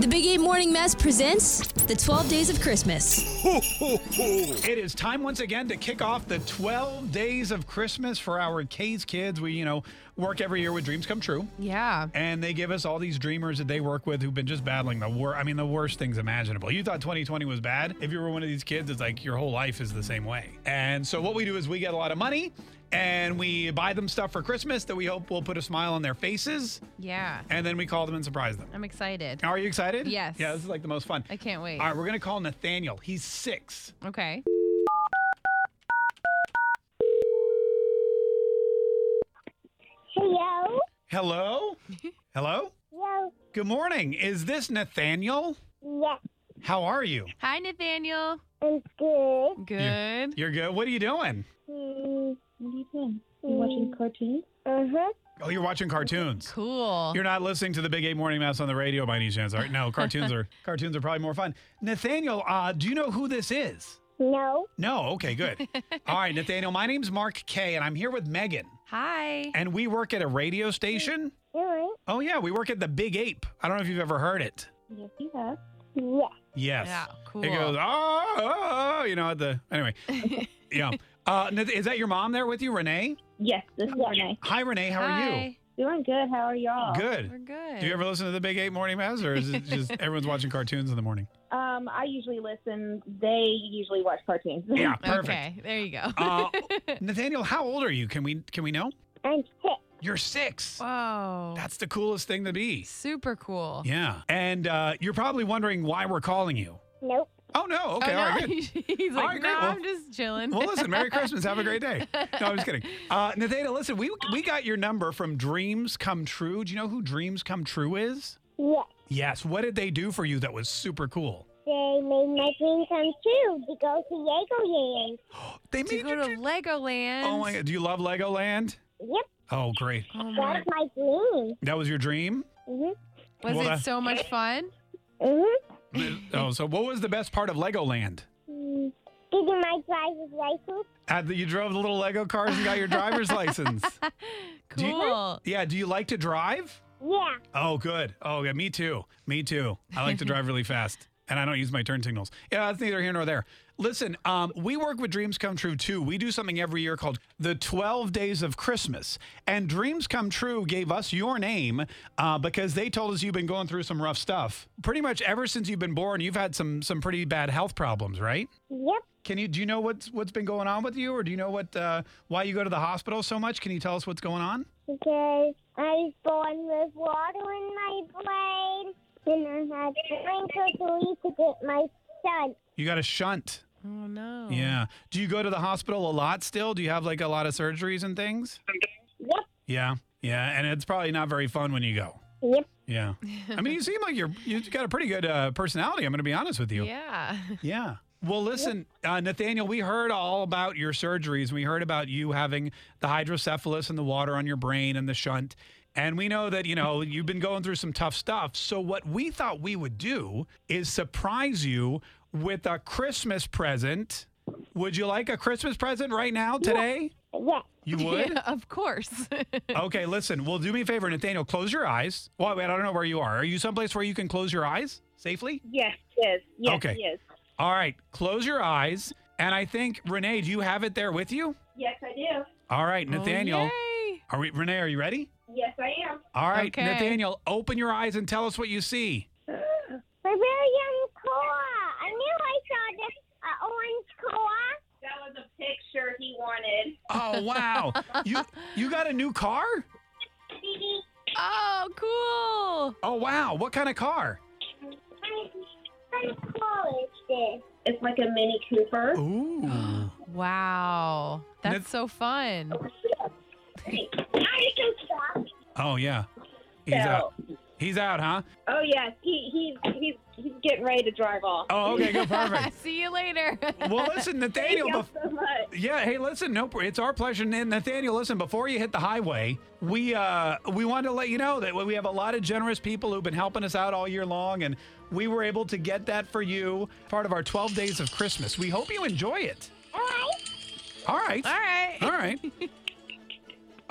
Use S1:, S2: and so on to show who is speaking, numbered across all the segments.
S1: The Big 8 Morning Mass presents The 12 Days of Christmas.
S2: It is time once again to kick off the 12 days of Christmas for our K's kids. We, you know, work every year with Dreams Come True.
S3: Yeah.
S2: And they give us all these dreamers that they work with who've been just battling the war. I mean, the worst things imaginable. You thought 2020 was bad. If you were one of these kids, it's like your whole life is the same way. And so what we do is we get a lot of money and we buy them stuff for Christmas that we hope will put a smile on their faces.
S3: Yeah.
S2: And then we call them and surprise them.
S3: I'm excited.
S2: Are you excited?
S3: Yes.
S2: Yeah, this is like the most fun.
S3: I can't wait.
S2: All right, we're going to call Nathaniel. He's six.
S3: Okay.
S4: Hello.
S2: Hello? Hello?
S4: Hello.
S2: Good morning. Is this Nathaniel?
S4: Yes,
S2: How are you?
S3: Hi, Nathaniel.
S4: I'm good.
S3: Good.
S2: You're good. What are you doing?
S4: Mm,
S5: What are you doing? You watching cartoons?
S4: uh huh.
S2: Oh, you're watching cartoons.
S3: Cool.
S2: You're not listening to the Big Eight Morning Mass on the radio by any chance, are you? No, cartoons are cartoons are probably more fun. Nathaniel, uh, do you know who this is?
S4: No.
S2: No. Okay. Good. All right, Nathaniel. My name's Mark Kay, and I'm here with Megan,
S3: Hi.
S2: and we work at a radio station.
S4: All
S2: Oh yeah, we work at the Big Ape. I don't know if you've ever heard it.
S5: Yes, you have.
S4: right.
S2: Yes.
S3: Yeah, cool.
S2: It goes oh, oh, oh, you know at the anyway. yeah. Uh, Nath- is that your mom there with you, Renee?
S5: Yes, this is Renee.
S2: Hi, Renee. How are you?
S5: Doing good. How are y'all?
S2: Good.
S3: Oh, We're good.
S2: Do you ever listen to the Big Eight Morning Mass, or is it just everyone's watching cartoons in the morning?
S5: Um, I usually listen. They usually watch cartoons.
S2: Yeah, perfect.
S3: Okay. There you go.
S2: Uh, Nathaniel, how old are you? Can we can we know?
S4: Yeah. I'm sick.
S2: You're six.
S3: Whoa.
S2: That's the coolest thing to be.
S3: super cool.
S2: Yeah, and uh, you're probably wondering why we're calling you.
S4: Nope.
S2: Oh no. Okay.
S3: oh,
S2: All
S3: no.
S2: right. Good.
S3: He's like,
S2: All right, great.
S3: no,
S2: Well-
S3: I'm just chilling.
S2: Well, listen. Merry Christmas. Have a great day. No, I'm just kidding. Uh, Nathaniel, listen. We we got your number from Dreams Come True. Do you know who Dreams Come True is?
S4: Yes.
S2: Yes. What did they do for you that was super cool?
S4: They made my dream come true to go to Lego Land.
S2: They
S3: to
S2: made
S3: go
S2: you.
S3: to Legoland.
S2: oh my God. Do you love Legoland?
S4: Yep,
S2: Oh, great.
S3: Oh my.
S4: that's my dream.
S2: That was your dream?
S4: Mhm.
S3: Was
S2: Well,
S3: it
S2: that-
S3: so much fun?
S4: Mhm.
S2: oh, so what was the best part of Legoland?
S4: Mm. Getting my driver's license.
S2: Uh, you drove the little Lego cars and got your driver's license. Do you-
S3: Cool.
S2: Yeah, do you like to drive?
S4: Yeah.
S2: Oh, good. Oh, yeah, me too. Me too. I like to drive really fast and I don't use my turn signals. Yeah, that's neither here nor there. Listen, um, we work with Dreams Come True too. We do something every year called the 12 Days of Christmas. And Dreams Come True gave us your name uh, because they told us you've been going through some rough stuff. Pretty much ever since you've been born, you've had some some pretty bad health problems, right?
S4: Yep.
S2: Can you do you know what's what's been going on with you, or do you know what uh, why you go to the hospital so much? Can you tell us what's going on?
S4: Because I was born with water in my brain, and I had wrinkles to get my son.
S2: You got a shunt.
S3: Oh no.
S2: Yeah. Do you go to the hospital a lot still? Do you have like a lot of surgeries and things?
S4: Yep.
S2: Yeah. Yeah, and it's probably not very fun when you go.
S4: Yep.
S2: Yeah. I mean, you seem like you're you got a pretty good uh, personality. I'm going to be honest with you.
S3: Yeah.
S2: Yeah. Well, listen, uh, Nathaniel, we heard all about your surgeries. We heard about you having the hydrocephalus and the water on your brain and the shunt. And we know that, you know, you've been going through some tough stuff. So, what we thought we would do is surprise you with a Christmas present. Would you like a Christmas present right now, today?
S4: Yes.
S2: You would?
S3: Yeah, of course.
S2: Okay, listen, well, do me a favor, Nathaniel, close your eyes. Well, wait, I don't know where you are. Are you someplace where you can close your eyes safely?
S5: Yes, yes, yes,
S2: Okay.
S5: yes.
S2: All right, close your eyes. And I think Renee, do you have it there with you?
S5: Yes, I do.
S2: All right, Nathaniel.
S3: Oh, yay.
S2: are we Renee, are you ready?
S5: Yes, I am.
S2: All right,
S3: Okay.
S2: Nathaniel, open your eyes and tell us what you see.
S4: A very young koa. I knew I saw this uh, orange koa.
S5: That was a picture he wanted.
S2: Oh wow. you you got a new car?
S3: Oh,
S2: Oh wow. What kind of car?
S4: What koa is this?
S5: It's like a Mini Cooper.
S2: Ooh.
S3: cool. Wow. That's
S2: Nath-
S3: so fun.
S4: I can stop.
S2: Oh yeah. He's
S5: so,
S2: out. He's out, huh?
S5: Oh yes, he he's he's he's getting ready to drive off.
S2: Oh, okay, good, perfect.
S3: See you later.
S2: Well, listen,
S5: Thank
S2: Nathaniel.
S5: y'all
S2: bef-
S5: so much.
S2: yeah, hey, listen, no, it's our pleasure. And Nathaniel, listen, before you hit the highway, we uh, we wanted to let you know that we have a lot of generous people who've been helping us out all year long, and we were able to get that for you, part of our 12 days of Christmas. We hope you enjoy it.
S4: All right.
S2: All right.
S3: All right.
S2: All right.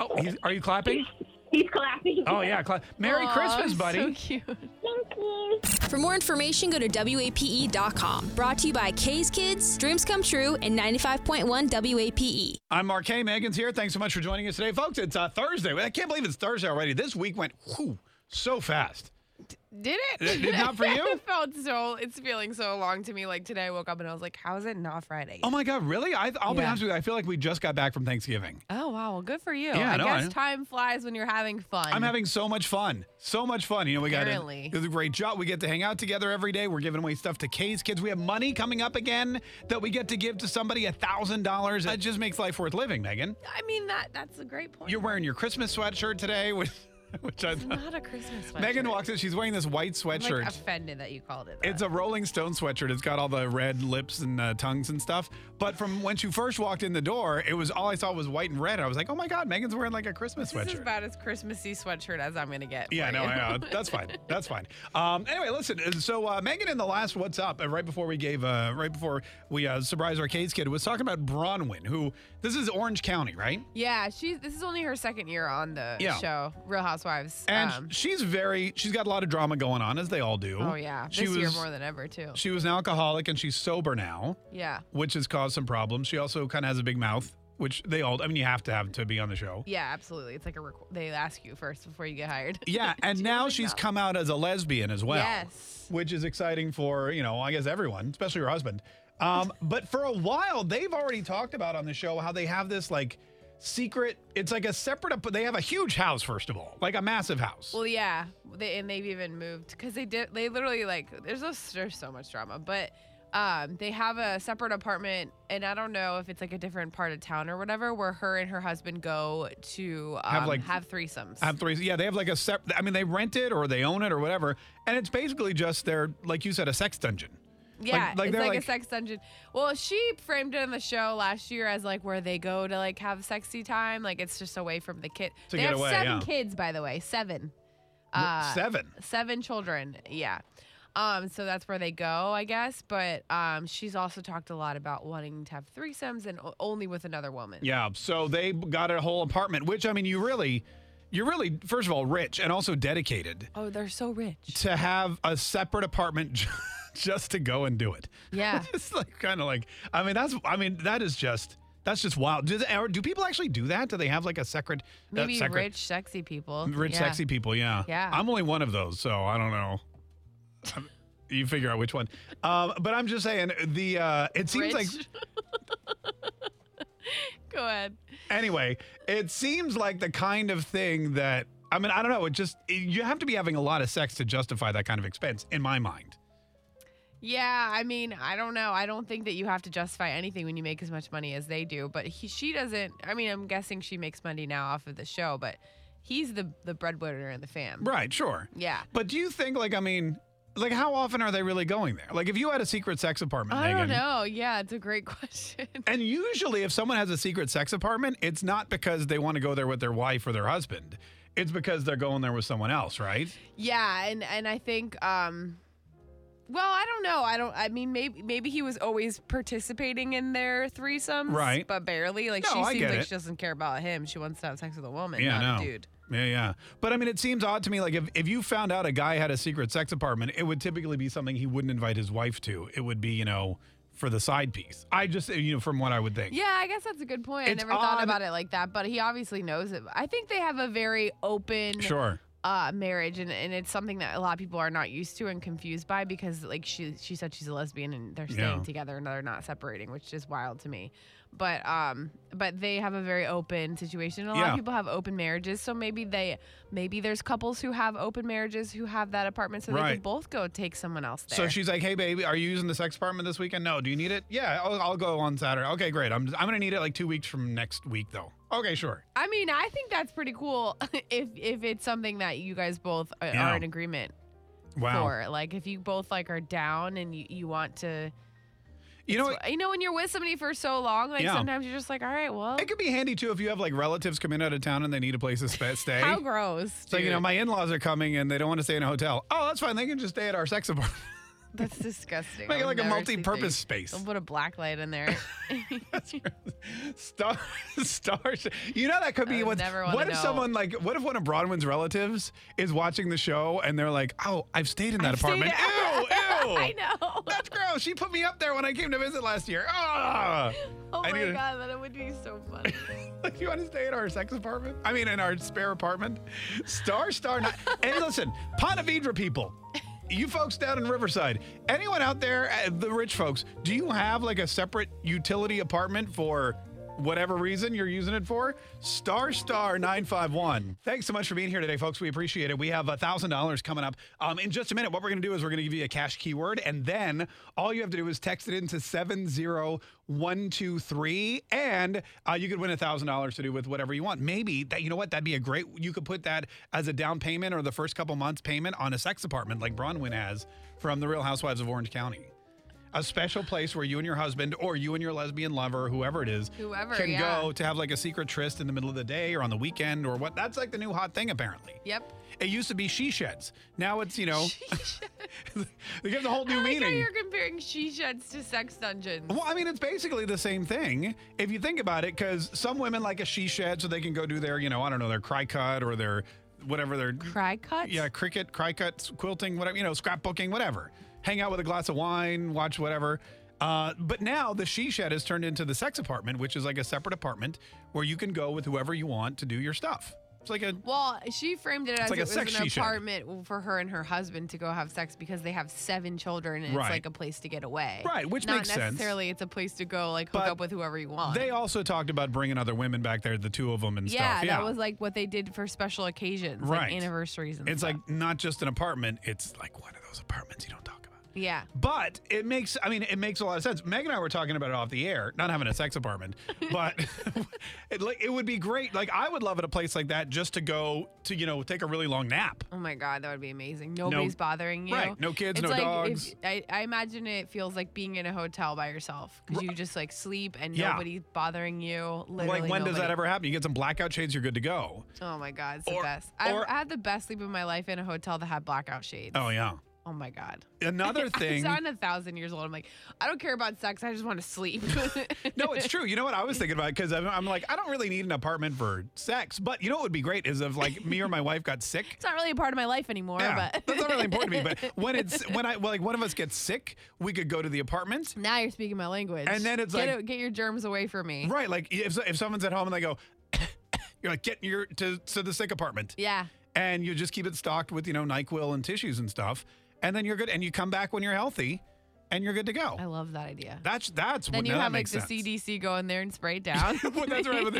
S2: Oh, he's, are you clapping?
S5: He's clapping.
S2: Oh yeah, clap. Merry
S3: Aw,
S2: Christmas, buddy.
S3: So cute.
S4: Thank you.
S1: For more information, go to WAPE.com. E Brought to you by K's Kids, Dreams Come True, and 95.1 WAPE.
S2: I'm Mark K. Megan's here. Thanks so much for joining us today, folks. It's uh, Thursday. I can't believe it's Thursday already. This week went whew, so fast.
S3: Did
S2: Did-
S3: it?
S2: did not for you?
S3: it felt so. It's feeling so long to me. Like today, I woke up and I was like, "How is it not Friday?"
S2: Oh my God, really? I, I'll be
S3: Yeah.
S2: honest with you. I feel like we just got back from Thanksgiving.
S3: Oh, wow. Well, good for you.
S2: Yeah,
S3: I
S2: no, I
S3: guess
S2: know.
S3: time flies when you're having fun.
S2: I'm having so much fun. So much fun. You know, we got in-
S3: Apparently.
S2: it was a great job. We get to hang out together every day. We're giving away stuff to K's kids. We have money coming up again that we get to give to somebody $1,000. That just makes life worth living, Megan.
S3: I mean that. That's a great point.
S2: You're wearing your Christmas sweatshirt today, which, which I
S3: It's
S2: thought.
S3: not a Christmas sweatshirt.
S2: Megan walks in. She's wearing this white
S3: I'm
S2: sweatshirt.
S3: like offended that you called it. That.
S2: It's a Rolling Stone sweatshirt. It's got all the red lips and uh, tongues and stuff. But from when she first walked in the door, it was all I saw was white and red. I was like, oh my God, Megan's wearing like a Christmas
S3: This is
S2: sweatshirt.
S3: about as Christmassy sweatshirt as I'm gonna get.
S2: Yeah,
S3: for
S2: no,
S3: you.
S2: I know. That's fine. That's fine. Um, anyway, listen. uh, So uh, Megan in the last What's Up, uh, right before we gave, uh, right before we uh, surprised our Cades kid, was talking about Bronwyn, who this is Orange County, right?
S3: Yeah, she's. This is only her second year on the
S2: Yeah.
S3: show, Real Housewives. um,
S2: And she's very, she's got a lot of drama going on, as they all do.
S3: oh yeah, this
S2: she was,
S3: year more than ever too.
S2: she was an alcoholic, and she's sober now.
S3: yeah,
S2: which has caused some problems. She also kind of has a big mouth, which they all, I mean, you have to have to be on the show.
S3: yeah, absolutely. It's like a requ- they ask you first before you get hired.
S2: Yeah. And
S3: She
S2: now
S3: was
S2: she's
S3: not-
S2: come out as a lesbian as well.
S3: Yes.
S2: Which is exciting for, you know, I guess everyone, especially her husband. Um, but for a while, they've already talked about on the show how they have this like secret, it's like a separate, ap- they have a huge house, first of all, like a massive house.
S3: Well, yeah, they, and they've even moved because they did. They literally like there's a, there's so much drama, but um, they have a separate apartment, and I don't know if it's like a different part of town or whatever, where her and her husband go to um,
S2: Have,
S3: have
S2: like,
S3: threesomes.
S2: Have three, yeah, they have like a separate, I mean, they rent it or they own it or whatever. And it's basically just their, like you said, a sex dungeon.
S3: yeah,
S2: like
S3: it's
S2: they're
S3: like,
S2: like-
S3: a sex dungeon. Well, she framed it in the show last year as like where they go to like have sexy time, like it's just away from the kid.
S2: To
S3: they
S2: get
S3: have
S2: away,
S3: seven
S2: yeah.
S3: kids, by the way, seven. Uh,
S2: Seven.
S3: seven children yeah um so that's where they go i guess but um she's also talked a lot about wanting to have threesomes and o- only with another woman
S2: Yeah, so they got a whole apartment, which I mean, you really, you're really, first of all, rich and also dedicated
S3: oh they're so rich
S2: to have a separate apartment ju- just to go and do it.
S3: yeah
S2: It's like kind of like, I mean, that's, I mean, that is just, that's just wild. Do, they, or do people actually do that? Do they have like a secret, uh,
S3: maybe
S2: secret-
S3: rich sexy people
S2: rich,
S3: Yeah.
S2: sexy people? Yeah,
S3: Yeah.
S2: I'm only one of those, so I don't know. I'm- you figure out which one. Um, but I'm just saying, the uh, it seems like
S3: Rich. go ahead
S2: Anyway, it seems like the kind of thing that I mean, I don't know. It just you have to be having a lot of sex to justify that kind of expense, in my mind.
S3: yeah i mean i don't know i don't think that you have to justify anything when you make as much money as they do but he, she doesn't i mean i'm guessing she makes money now off of the show but he's the the breadwinner in the fam
S2: Right? Sure.
S3: yeah
S2: But do you think, like, I mean, like, how often are they really going there? Like, if you had a secret sex apartment,
S3: I don't
S2: Megan,
S3: know. Yeah, it's a great question.
S2: and usually if someone has a secret sex apartment, it's not because they want to go there with their wife or their husband. It's because they're going there with someone else, right?
S3: yeah, and and I think um well, I don't know. I don't I mean maybe maybe he was always participating in their threesomes,
S2: Right.
S3: but barely. Like
S2: No,
S3: she
S2: I
S3: seems
S2: get
S3: like
S2: it.
S3: she doesn't care about him. She wants to have sex with a woman,
S2: Yeah,
S3: not
S2: no.
S3: a dude.
S2: Yeah, yeah. But I mean, it seems odd to me. Like, if, if you found out a guy had a secret sex apartment, it would typically be something he wouldn't invite his wife to. It would be, you know, for the side piece. I just, you know, from what I would think.
S3: Yeah, I guess that's a good point.
S2: It's
S3: I never thought
S2: odd.
S3: about it like that, but he obviously knows it. I think they have a very open
S2: Sure.
S3: uh, marriage, and, and it's something that a lot of people are not used to and confused by because, like she she said, she's a lesbian and they're staying
S2: Yeah.
S3: together and they're not separating, which is wild to me. But um, but they have a very open situation. A lot
S2: Yeah.
S3: of people have open marriges, so maybe they maybe there's couples who have open marriages who have that apartment, so they
S2: Right.
S3: can both go take someone else there.
S2: So she's like, hey, baby, are you using the sex apartment this weekend? No. Do you need it? Yeah, I'll, I'll go on Saturday. Okay, great. I'm, I'm going to need it like two weeks from next week, though. Okay, sure.
S3: I mean, I think that's pretty cool if if it's something that you guys both uh, are,
S2: Yeah.
S3: are in agreement
S2: Wow.
S3: for. Like if you both like are down and you, you want to
S2: You know, what?
S3: you know when you're with somebody for so long, like
S2: Yeah.
S3: sometimes you're just like, all right, well,
S2: It could be handy too if you have like relatives coming out of town and they need a place to sp- stay.
S3: how gross.
S2: so you know,
S3: dude.
S2: my in-laws are coming and they don't want to stay in a hotel. Oh, that's fine. They can just stay at our sex apartment.
S3: that's disgusting.
S2: Make it
S3: I'll
S2: like a
S3: never see
S2: multi-purpose
S3: things.
S2: space.
S3: I'll put a black light in there.
S2: Star, star. You know that could
S3: I
S2: be
S3: would
S2: what.
S3: never wanna
S2: What if
S3: know.
S2: someone like? What if one of Bronwyn's relatives is watching the show and they're like, "Oh, I've stayed in that
S3: I've stayed
S2: apartment.
S3: in-
S2: Ew, ew.
S3: I know.
S2: That's gross. She put me up there when I came to visit last year. Ah.
S3: Oh
S2: I
S3: my
S2: need a-
S3: god, that would be so funny.
S2: Like, you want to stay in our sex apartment? I mean, in our spare apartment? Star, star, not. and listen, Ponte Vedra people, you folks down in Riverside, anyone out there, uh, the rich folks, do you have like a separate utility apartment for whatever reason you're using it for? Star, star, 951. Thanks so much for being here today, folks. We appreciate it. We have $1,000 coming up. Um, in just a minute, what we're going to do is we're going to give you a cash keyword, and then all you have to do is text it into 70123, and uh, you could win $1,000 to do with whatever you want. Maybe that, you know what, that'd be a great, you could put that as a down payment or the first couple months payment on a sex apartment like Bronwyn has from the Real Housewives of Orange County. A special place where you and your husband or you and your lesbian lover, whoever it is,
S3: Whoever,
S2: can
S3: yeah.
S2: go to have like a secret tryst in the middle of the day or on the weekend or what. That's like the new hot thing, apparently.
S3: Yep.
S2: It used to be she sheds. Now it's, you know, they give the whole
S3: I
S2: new
S3: like how
S2: meaning.
S3: you're comparing she sheds to sex dungeons.
S2: Well, I mean, it's basically the same thing if you think about it, because some women like a she shed so they can go do their, you know, I don't know, their cry cut or their whatever their,
S3: Cry cuts?
S2: yeah, cricket, cry cuts, quilting, whatever, you know, scrapbooking, whatever. Hang out with a glass of wine, watch whatever. Uh, but now the she shed has turned into the sex apartment, which is like a separate apartment where you can go with whoever you want to do your stuff. It's like a
S3: Well, she framed it as
S2: like a
S3: it was
S2: sex
S3: an
S2: she shed.
S3: apartment for her and her husband to go have sex because they have seven children and
S2: Right.
S3: it's like a place to get away.
S2: Right, which
S3: Not
S2: makes sense.
S3: necessarily it's a place to go like hook
S2: But
S3: up with whoever you want.
S2: They also talked about bringing other women back there, the two of them and
S3: yeah,
S2: stuff.
S3: that was like what they did for special occasions,
S2: Right.
S3: like anniversaries and
S2: it's
S3: stuff.
S2: like not just an apartment; it's like one of those apartments you don't talk about.
S3: yeah.
S2: But it makes, I mean, it makes a lot of sense. Meg and I were talking about it off the air, not having a sex apartment, but it, like, it would be great. Like, I would love it a place like that just to go to, you know, take a really long nap.
S3: Oh my god, that would be amazing. Nobody's bothering you.
S2: Right. No kids,
S3: It's
S2: no
S3: like if-
S2: dogs.
S3: I, I imagine it feels like being in a hotel by yourself because you just like sleep and
S2: Yeah.
S3: nobody's bothering you. Literally,
S2: like, when does that
S3: nobody.
S2: ever happen? You get some blackout shades, you're good to go.
S3: Oh my god, it's the
S2: Or-
S3: best. I've-
S2: or-
S3: I had the best sleep of my life in a hotel that had blackout shades.
S2: Oh, yeah.
S3: Oh my god.
S2: Another thing.
S3: I sound a thousand years old. I'm like, I don't care about sex. I just want to sleep.
S2: No, it's true. You know what I was thinking about? Because I'm, I'm like, I don't really need an apartment for sex, but you know what would be great is if like me or my wife got sick.
S3: It's not really a part of my life anymore.
S2: Yeah,
S3: But
S2: that's not really important to me. But when it's when I well, like one of us gets sick, we could go to the apartment.
S3: now you're speaking my language.
S2: And then it's
S3: get
S2: like-
S3: it- get your germs away from me.
S2: Right, like if if someone's at home and they go, you're like get your to to the sick apartment,
S3: Yeah.
S2: and you just keep it stocked with you know Nyquil and tissues and stuff, and then you're good, and you come back when you're healthy, and you're good to go.
S3: I love that idea.
S2: That's that's
S3: then
S2: what
S3: you
S2: now that
S3: have like
S2: makes
S3: the
S2: sense.
S3: CDC go in there and spray it down.
S2: Well, that's right, with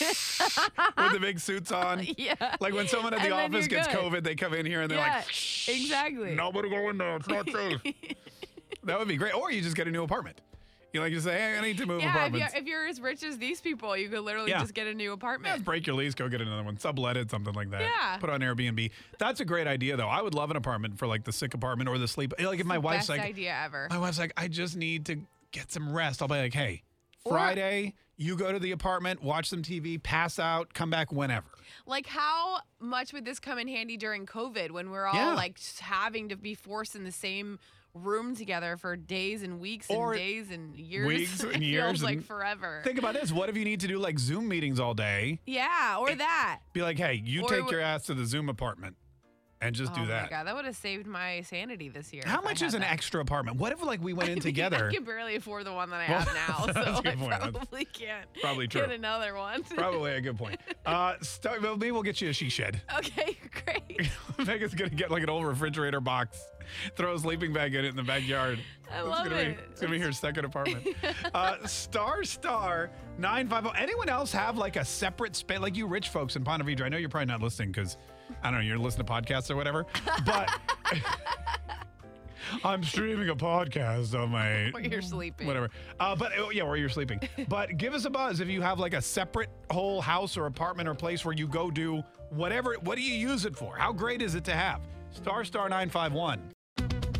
S2: with the big suits on.
S3: yeah.
S2: Like when someone at
S3: And
S2: the
S3: then
S2: office
S3: you're
S2: gets
S3: good.
S2: COVID, they come in here and they're
S3: yeah.
S2: like,
S3: exactly.
S2: nobody go in there. It's not safe. that would be great. Or you just get a new apartment. You like you say, hey, I need to move
S3: Yeah, if you're,
S2: apartments.
S3: if you're as rich as these people, you could literally
S2: Yeah.
S3: just get a new
S2: Yeah,
S3: apartment.
S2: break your lease, go get another one, sublet it, something like that.
S3: Yeah.
S2: Put it on Airbnb. That's a great idea, though. I would love an apartment for like the sick apartment or the sleep. Like if my wife's
S3: Best
S2: like,
S3: idea ever.
S2: my wife's like, I just need to get some rest. I'll be like, hey, Friday, you go to the apartment, watch some TV, pass out, come back whenever.
S3: Like, how much would this come in handy during COVID when we're all
S2: Yeah.
S3: like s- having to be forced in the same room together for days and weeks
S2: Or
S3: and days and years?
S2: weeks and
S3: It
S2: years
S3: feels like
S2: and-
S3: forever.
S2: Think about this. What if you need to do like Zoom meetings all day?
S3: yeah, or that.
S2: Be like, hey, you
S3: Or
S2: take
S3: would-
S2: your ass to the Zoom apartment and just
S3: oh
S2: do
S3: my
S2: that.
S3: god, that would have saved my sanity this year.
S2: How
S3: if I
S2: much
S3: had
S2: is an
S3: that.
S2: extra apartment? What if like we went
S3: I
S2: in
S3: mean,
S2: together?
S3: I can barely afford the one that I
S2: Well,
S3: have now,
S2: that's
S3: so
S2: a good
S3: I
S2: point. That's
S3: probably can't
S2: probably true.
S3: get another one.
S2: Probably a good point. Uh, start, well, maybe we'll get you a she shed.
S3: okay, great.
S2: Megan's gonna get like an old refrigerator box, throw a sleeping bag in it in the backyard.
S3: I
S2: It's
S3: love
S2: gonna
S3: it.
S2: Be, it's gonna be her second apartment. uh, star star nine five zero. Anyone else have like a separate space? Like you rich folks in Ponte Vedra. I know you're probably not listening because I don't know you're listening to podcasts or whatever. But I'm streaming a podcast on my
S3: While you're sleeping.
S2: whatever. Uh, but oh, yeah, where you're sleeping. But give us a buzz if you have like a separate whole house or apartment or place where you go do whatever. What do you use it for? How great is it to have? Star Star 951.